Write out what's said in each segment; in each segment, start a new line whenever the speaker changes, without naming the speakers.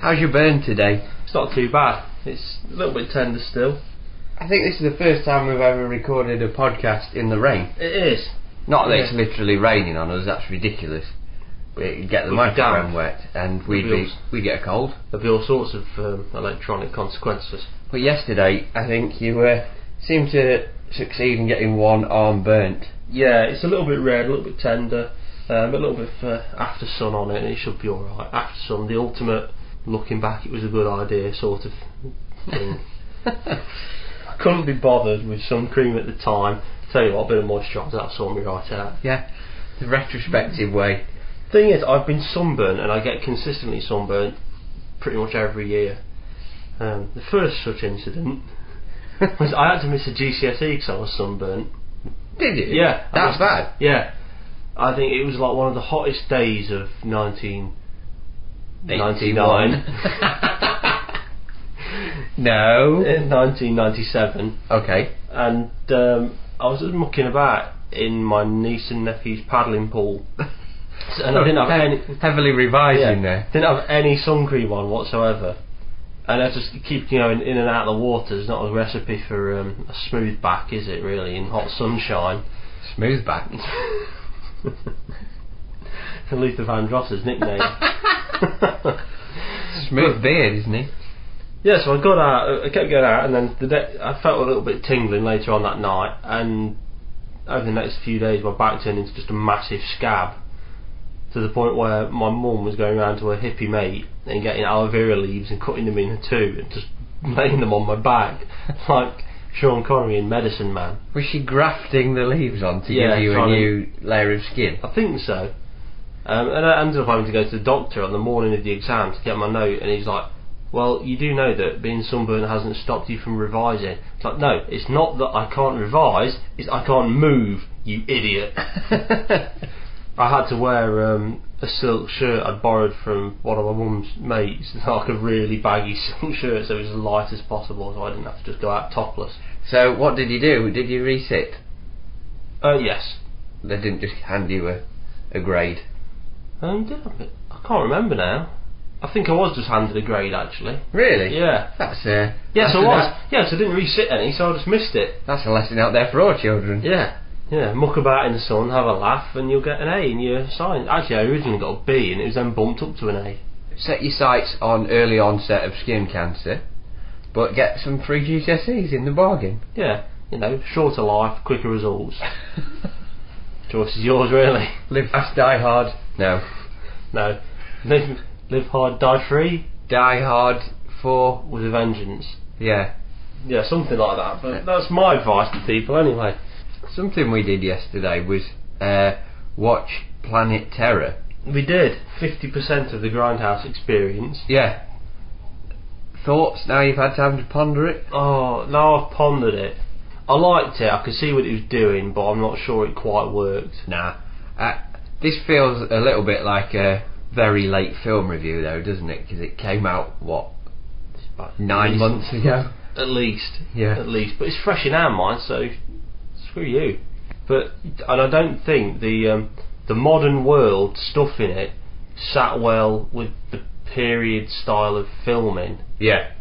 How's your burn today?
It's not too bad. It's a little bit tender still.
I think this is the first time we've ever recorded a podcast in the rain.
It is.
Not that it's
Yeah.
literally raining on us. That's ridiculous. We get the
We'd be
microphone
damp.
wet, and we'd
We'd be
be, we get a cold.
There'll be all sorts of um, electronic consequences.
But yesterday, I think you uh, seemed to succeed in getting one arm burnt.
Yeah, it's a little bit red, a little bit tender, um, a little bit of uh, after sun on it, and it should be alright. After sun, the ultimate looking back, it was a good idea sort of thing. I couldn't be bothered with sun cream at the time. Tell you what, a bit of moisturiser, that saw me right out.
Yeah, the retrospective way.
Thing is, I've been sunburned, and I get consistently sunburned pretty much every year. Um, the first such incident was I had to miss a GCSE because E I was sunburnt.
Did you?
Yeah, I
That's
missed-
bad.
Yeah, I think it was like one of the hottest days of 19. 99.
81. no.
in 1997,
Okay.
and um, I was just mucking about in my niece and nephew's paddling pool, and I didn't have any.
He- heavily revised
yeah,
in there.
Didn't have any sun cream on whatsoever. And I just keep you know in, in and out of the water is not a recipe for um, a smooth back, is it? Really, in hot sunshine.
Smooth back.
Luther Vandross's nickname.
Smooth beard, isn't he?
yeah, so I got out. I kept going out, and then the de- I felt a little bit tingling later on that night, and over the next few days, my back turned into just a massive scab. To the point where my mum was going round to her hippie mate and getting aloe vera leaves and cutting them in two and just laying them on my back, like Sean Connery in Medicine Man.
Was she grafting the leaves on to
Yeah,
give you a
trying to-
new layer of skin?
I think so. Um, and I ended up having to go to the doctor on the morning of the exam to get my note, and he's like, "Well, you do know that being sunburned hasn't stopped you from revising." It's like, no, it's not that I can't revise; it's I can't move, you idiot. I had to wear um, a silk shirt I'd borrowed from one of my mum's mates, like a really baggy silk shirt, so it was as light as possible, so I didn't have to just go out topless.
so what did you do? Did you resit?
Uh, yes,
They didn't just hand you a, a grade.
um, did I? I can't remember now. I think I was just handed a grade actually.
Really?
Yeah.
That's uh,
Yes,
that's
I
a-
was. Yes, I didn't resit any, so I just missed it.
That's a lesson out there for all children.
Yeah. Yeah, muck about in the sun, have a laugh, and you'll get an A in your science. Actually, I originally got a B, and it was then bumped up to an A.
Set your sights on early onset of skin cancer, but get some free GCSEs in the bargain.
Yeah, you know, shorter life, quicker results. Choice is yours, really.
Live fast, die hard. No.
No, live, live hard, die free,
Die hard for.
with a vengeance.
Yeah.
Yeah, something like that. But that's my advice to people, anyway.
Something we did yesterday was uh, watch Planet Terror.
We did fifty percent of the grindhouse experience.
Yeah. Thoughts now you've had time to ponder it?
Oh, now I've pondered it. I liked it. I could see what it was doing, but I'm not sure it quite worked.
Nah. Uh, this feels a little bit like a very late film review, though, doesn't it? Because it came out, what,
But
nine
at least-
months ago?
At least.
Yeah.
At least. But it's fresh in our minds, so screw you. But and I don't think the um, the modern world stuff in it sat well with the period style of filming.
Yeah.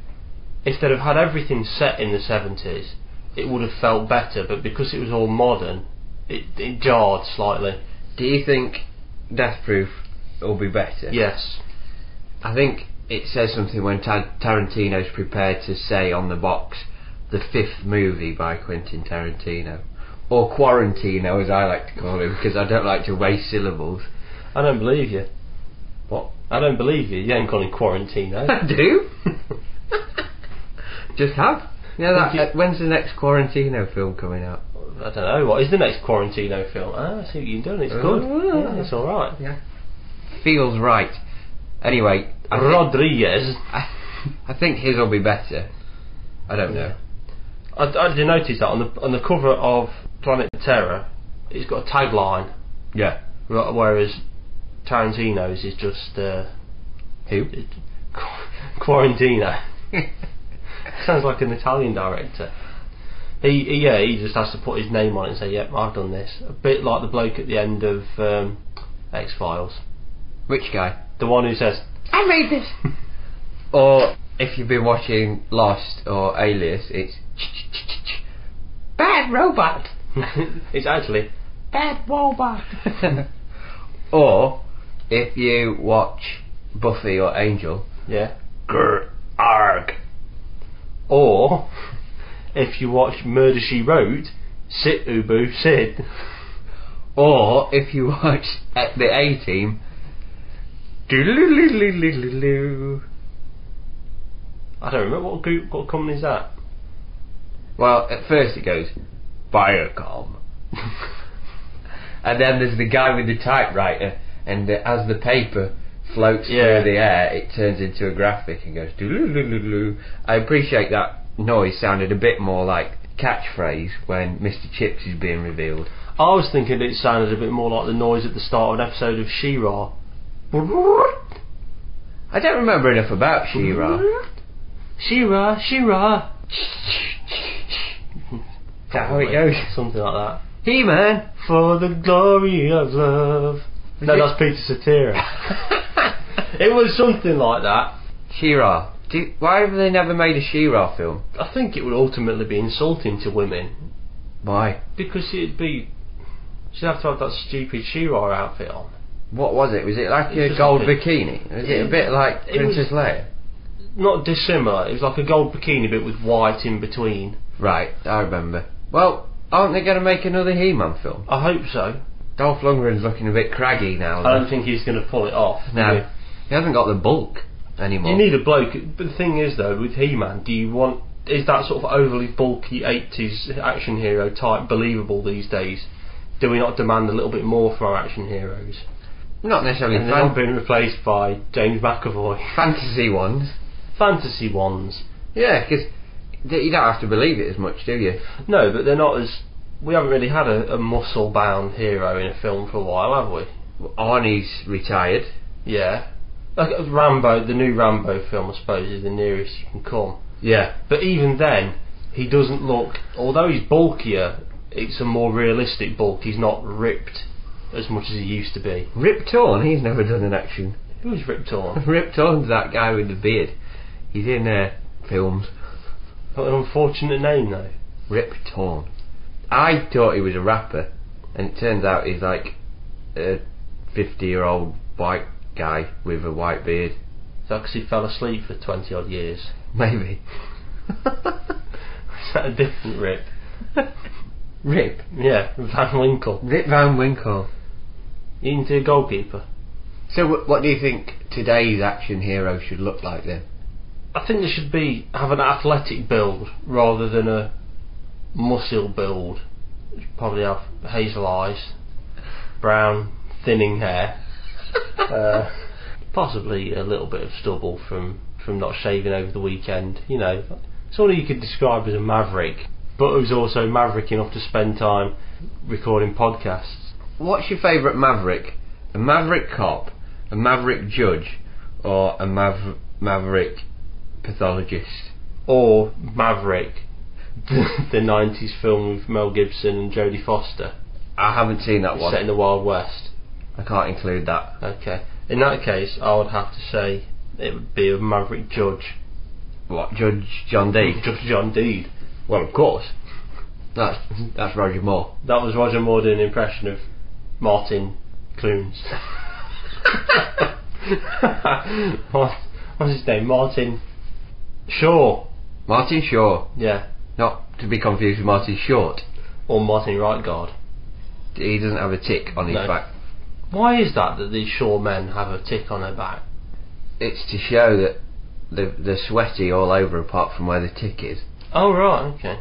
If they'd have had everything set in the seventies, it would have felt better. But because it was all modern, it, it jarred slightly.
Do you think Death Proof will be better?
Yes.
I think it says something when Ta- Tarantino's prepared to say on the box, the fifth movie by Quentin Tarantino. Or Quarantino, as I like to call him, because I don't like to waste syllables.
I don't believe you.
What?
I don't believe you. You ain't calling quarantine, eh?
I do. Just have. Yeah, that, uh, when's the next Quarantino film coming out?
I don't know. What is the next Quarantino film? Ah, I see what you've done. It's good.
Oh.
Yeah, it's all right.
Yeah. Feels right. Anyway, I, thi-
Rodriguez.
I think his will be better. I don't know.
I, I did notice that on the on the cover of Planet Terror, it's got a tagline,
Yeah.
wh- whereas Tarantino's is just uh,
Who?
it- Quarantino. Sounds like an Italian director. He, he yeah, he just has to put his name on it and say, "Yep, I've done this." A bit like the bloke at the end of um, X Files,
Which guy?
the one who says,
I made this. Or if you've been watching Lost or Alias, it's bad robot,
it's actually
bad robot. or if you watch Buffy or Angel,
yeah.
grr arg.
Or if you watch Murder She Wrote, sit Ubu Sid.
Or if you watch at the A Team, doodle-loo-loo-loo-loo-loo-loo.
I don't remember what group, what company is that.
Well, at first it goes Biocom, and then there's the guy with the typewriter, and uh, as the paper floats
Yeah.
through the air, it turns into a graphic and goes doodle-loo-loo-loo-loo. I appreciate that noise sounded a bit more like catchphrase when Mr. Chips is being revealed.
I was thinking it sounded a bit more like the noise at the start of an episode of She-Ra. She-Ra,
I don't remember enough about She-Ra.
She-Ra, She-Ra.
That's how it goes.
Something like that.
He-Man.
For the glory of love.
Was
no,
it-
that's Peter Satira. it was something like that.
She-Ra. Do, why have they never made a She-Ra film?
I think it would ultimately be insulting to women
Why?
because it'd be. She'd have to have that stupid She-Ra outfit on.
What was it? Was it like
It's
a
just
gold
a bit-
bikini? Was it a
it-
bit like
it was-
Princess Leia?
Not dissimilar. It was like a gold bikini bit with white in between.
Right, I remember. Well, aren't they going to make another He-Man film?
I hope so.
Dolph Lundgren's looking a bit craggy now.
I don't
though.
think he's going to pull it off.
No, he hasn't got the bulk anymore.
You need a bloke. But the thing is, though, with He-Man, do you want is that sort of overly bulky '80s action hero type believable these days? Do we not demand a little bit more from our action heroes?
Not necessarily
And they're not
fan-
being replaced by James McAvoy.
fantasy ones.
Fantasy ones,
Yeah, because you don't have to believe it as much, do you?
no, but they're not as. We haven't really had a, a muscle-bound hero in a film for a while, have we?
Arnie's retired.
Yeah. Like uh, Rambo, the new Rambo film, I suppose, is the nearest you can come.
Yeah.
But even then, he doesn't look. Although he's bulkier, it's a more realistic bulk. He's not ripped as much as he used to be.
Rip Torn, he's never done an action.
He was ripped on,
Rip Torn's that guy with the beard. He's in uh, films.
Got an unfortunate name though.
Rip Torn. I thought he was a rapper, and it turns out he's like a 50 year old white guy with a white beard.
Is that 'cause he fell asleep for twenty odd years?
Maybe.
Is that a different rip?
Rip.
Yeah, Van Winkle.
Rip Van Winkle.
You into a goalkeeper?
So, w- what do you think today's action hero should look like then?
I think they should be have an athletic build rather than a muscle build. Should Probably have hazel eyes, brown, thinning hair, uh, possibly a little bit of stubble from from not shaving over the weekend. You know, someone you could describe as a maverick, but who's also maverick enough to spend time recording podcasts.
What's your favourite Maverick? A Maverick cop, a Maverick judge, or a Maver- Maverick pathologist?
Or Maverick, the, the 90s film with Mel Gibson and Jodie Foster,
I haven't seen that
set
one.
in the Wild West.
I can't include that.
Okay. In that case, I would have to say it would be a Maverick Judge.
What, Judge John Dee?
Judge John Deed.
well, of course. That's that's Roger Moore.
That was Roger Moore doing an impression of Martin Clunes. what, what's his name? Martin Shaw.
Martin Shaw,
Yeah.
not to be confused with Martin Short.
Or Martin Rightguard.
He doesn't have a tick on his
No.
back.
Why is that that these Shaw men have a tick on their back?
It's to show that they're, they're sweaty all over, apart from where the tick is.
Oh, right, okay.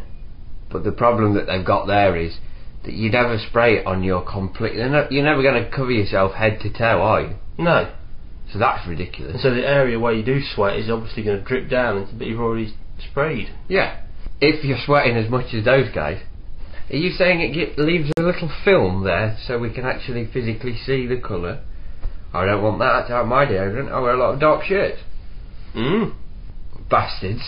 But the problem that they've got there is that you never spray it on your complete. You're, no, you're never going to cover yourself head to toe, are you?
No.
So that's ridiculous.
So the area where you do sweat is obviously going to drip down, into- but you've already sprayed.
Yeah. If you're sweating as much as those guys, are you saying it get, leaves a little film there so we can actually physically see the colour? I don't want that out of my deodorant. I wear a lot of dark shirts.
Mm.
Bastards.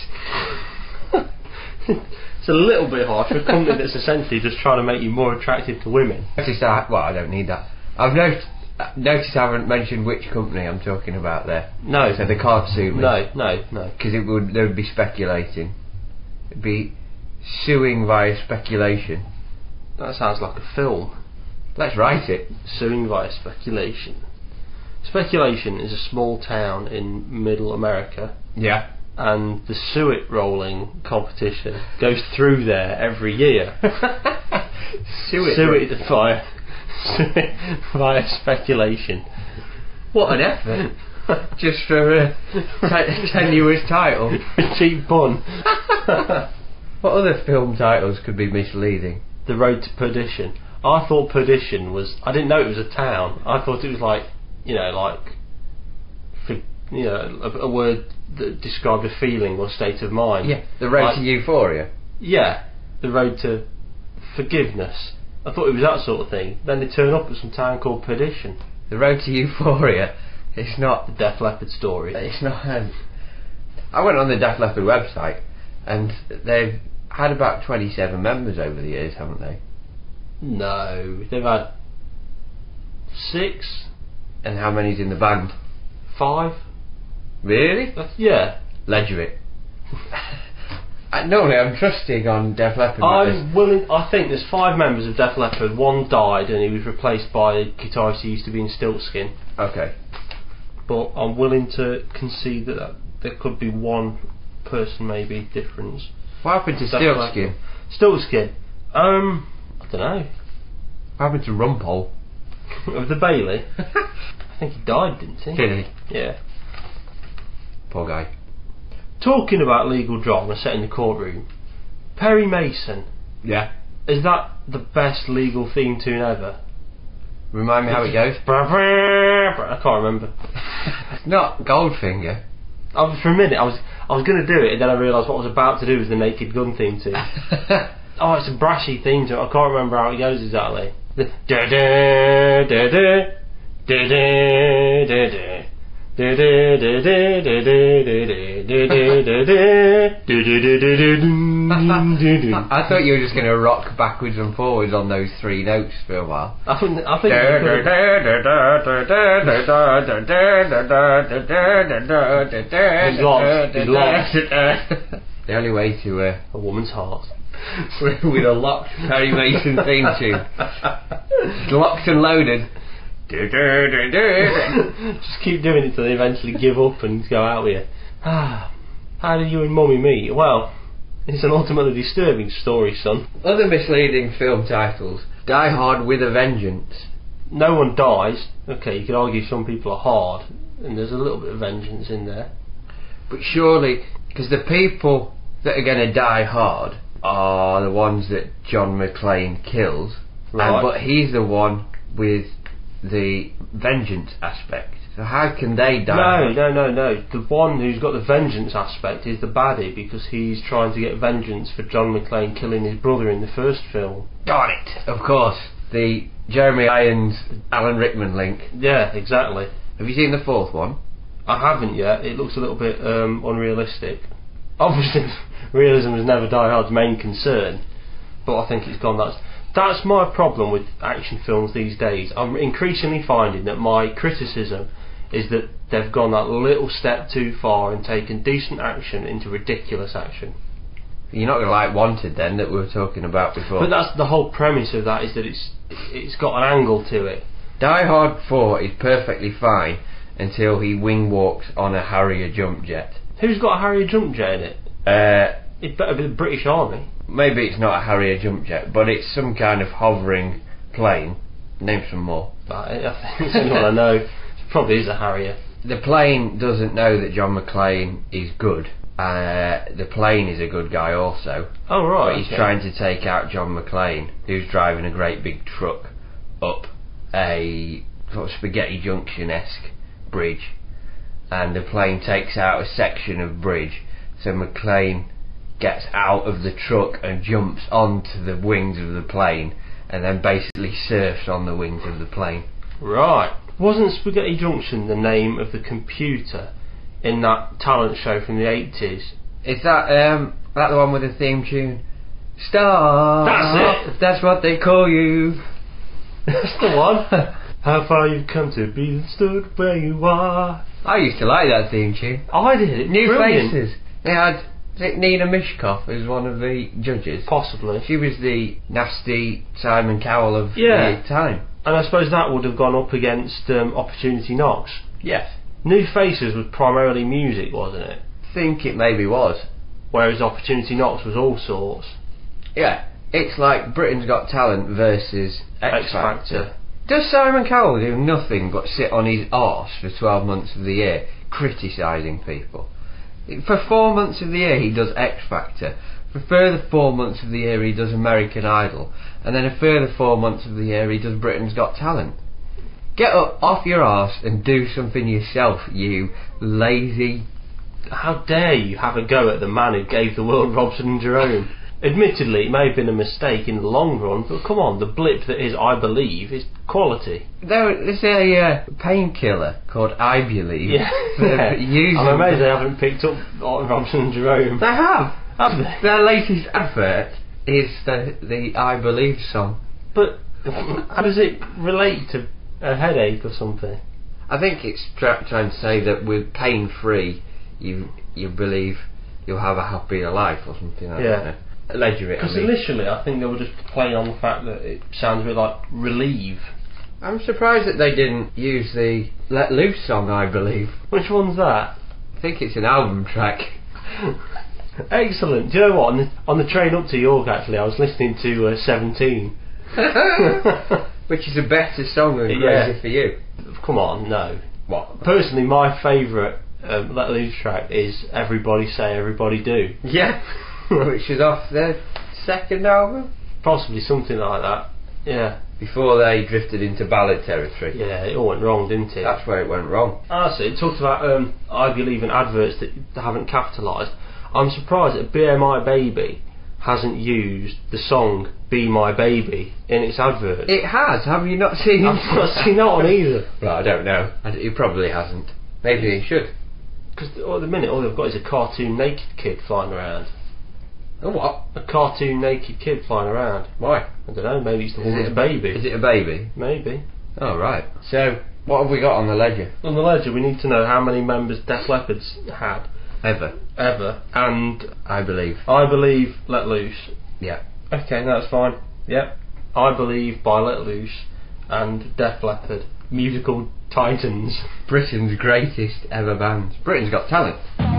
it's a little bit harsh for a company that's essentially just trying to make you more attractive to women.
Noticed I, well, I don't need that. I've noticed uh, notice I haven't mentioned which company I'm talking about there.
No.
So they can't sue me.
No, no, no.
Because it would they would be speculating. It'd be suing via speculation.
That sounds like a film.
Let's write it.
suing via speculation. Speculation is a small town in middle America,
Yeah.
and the suet rolling competition goes through there every year.
Sue it.
suet via, suet via speculation.
What an effort. Just for uh, a te- tenuous title.
Cheap pun.
What other film titles could be misleading?
The road to perdition. I thought perdition was. I didn't know it was a town. I thought it was like, you know, like, for, you know, a, a word that described a feeling or state of mind.
Yeah. The Road to
Like-
Euphoria.
Yeah, the road to forgiveness. I thought it was that sort of thing. Then they turn up at some town called Perdition.
The Road to Euphoria. It's not.
The Death Leopard story.
It's not. Um, I went on the Def Leppard website, and they've had about 27 members over the years, haven't they?
No, they've had six,
And how many's in the band?
five.
Really?
That's, yeah,
Ledger it. I, Uh, normally, I'm trusting on Def Leppard. matters.
I'm willing. I think there's five members of Def Leppard. One died, and he was replaced by a guitarist who used to be in Stiltskin.
Okay.
But I'm willing to concede that, that there could be one person maybe difference.
What happened to
Def
Steelskin?
Leppard. Stiltskin. Um, I don't know.
What happened to Rumpole?
Of the Bailey? I think he died, didn't he?
Did he?
Yeah.
Poor guy.
Talking about legal drama set in the courtroom, Perry Mason,
Yeah.
is that the best legal theme tune ever?
Remind me how it goes.
I can't remember.
It's not Goldfinger.
I was, for a minute, I was I was going to do it, and then I realised what I was about to do was the Naked Gun theme tune. oh, it's a brashy theme tune. I can't remember how it goes exactly. The da da da da da da da da. Mm, I
I thought you were just going to rock backwards and forwards on those three notes for a while.
think I think you could-
the only way to uh,
a woman's heart.
with a locked Perry Mason theme tune, locked and loaded.
Just keep doing it till they eventually give up and go out with you. Ah, how did you and mummy meet? Well, it's an ultimately disturbing story, son.
Other misleading film titles: Die Hard with a Vengeance.
No one dies. Okay, you could argue some people are hard, and there's a little bit of vengeance in there.
But surely, because the people that are going to die hard are the ones that John McClane kills,
Right.
and, but he's the one with the vengeance aspect. So how can they die?
No,
hard?
no, no, no. The one who's got the vengeance aspect is the baddie because he's trying to get vengeance for John McClane killing his brother in the first film.
Darn it! Of course, the Jeremy Irons, Alan Rickman link.
Yeah, exactly.
Have you seen the fourth one?
I haven't yet. It looks a little bit um, unrealistic. Obviously, realism is never Die Hard's main concern, but I think it's gone. That's that's my problem with action films these days. I'm increasingly finding that my criticism is that they've gone that little step too far and taken decent action into ridiculous action.
You're not going to like Wanted then, that we were talking about before.
But that's the whole premise of that is that it's it's got an angle to it.
Die Hard 4 is perfectly fine until he wing walks on a Harrier jump jet.
Who's got a Harrier jump jet in it?
Uh,
It better be the British Army.
maybe it's not a Harrier jump jet, but it's some kind of hovering plane. Name some more.
But I think it's all I know. It probably is a Harrier.
The plane doesn't know that John McClane is good. Uh, the plane is a good guy also,
Oh
but
right.
he's
okay.
trying to take out John McClane, who's driving a great big truck up a sort of spaghetti junction esque bridge, and the plane takes out a section of bridge. So McClane gets out of the truck and jumps onto the wings of the plane, and then basically surfs on the wings of the plane.
Right. Wasn't Spaghetti Junction the name of the computer in that talent show from the eighties?
Is that um that the one with the theme tune? Star.
That's it.
That's what they call you.
That's the one. How far you've come to be stood where you are.
I used to like that theme tune.
I did it.
New
Brilliant.
Faces. They had was it Nina Mishkov as one of the judges.
Possibly.
She was the nasty Simon Cowell of
Yeah.
the time.
And I suppose that would have gone up against um, Opportunity Knocks.
Yes.
New Faces was primarily music, wasn't it?
Think it maybe was.
Whereas Opportunity Knocks was all sorts.
Yeah. It's like Britain's Got Talent versus X,
X
Factor.
Factor.
Does Simon Cowell do nothing but sit on his arse for 12 months of the year criticising people? For four months of the year he does X Factor. For further four months of the year he does American Idol. And then a further four months of the year he does Britain's Got Talent. Get up off your arse and do something yourself, you lazy.
How dare you have a go at the man who gave the world Robson and Jerome? Admittedly, it may have been a mistake in the long run, but come on, the blip that is I Believe is quality.
There, there's a uh, painkiller called I Believe.
Yeah.
that uses-
I'm amazed they haven't picked up Robson and Jerome.
They have.
Have they?
Their latest effort is the the I Believe song.
But how does it relate to a headache or something?
I think it's tra- trying to say that with pain free, you you believe you'll have a happier life or something. I
Yeah.
don't know. Ledger it. I
Because
mean.
initially, I think they were just playing on the fact that it sounds a bit like relieve.
I'm surprised that they didn't use the Let Loose song. I believe.
Which one's that?
I think it's an album track.
Excellent. Do you know what? On the, on the train up to York, actually, I was listening to uh, 17.
Which is a better song than Crazy
Yeah.
for You.
Come on, no.
What?
Personally, my favourite um, Let Loose track is Everybody Say, Everybody Do.
Yeah. Which is off their second album.
Possibly something like that. Yeah.
Before they drifted into ballad territory.
Yeah, it all went wrong, didn't it?
That's where it went wrong.
Ah, so it talks about um, I believe in adverts that haven't capitalised. I'm surprised that BMI Baby hasn't used the song "Be My Baby" in its advert.
It has. Have you not seen?
I've not seen that one either.
Well, I don't know. I d- He probably hasn't. Maybe he should.
Because at the minute, all they've got is a cartoon naked kid flying around.
Oh, what?
A cartoon naked kid flying around.
Why?
I don't know. Maybe it's the
Is it
woman's
a-
baby.
Is it a baby?
Maybe.
Oh, right. So, what have we got on the ledger?
On the ledger, we need to know how many members Death Leopards had
Ever,
ever, and
I believe.
I believe Let Loose
Yeah.
Okay, no, that's fine. Yep. I Believe by Let Loose and Def Leppard, musical titans.
Britain's greatest ever band. Britain's Got Talent.
Thank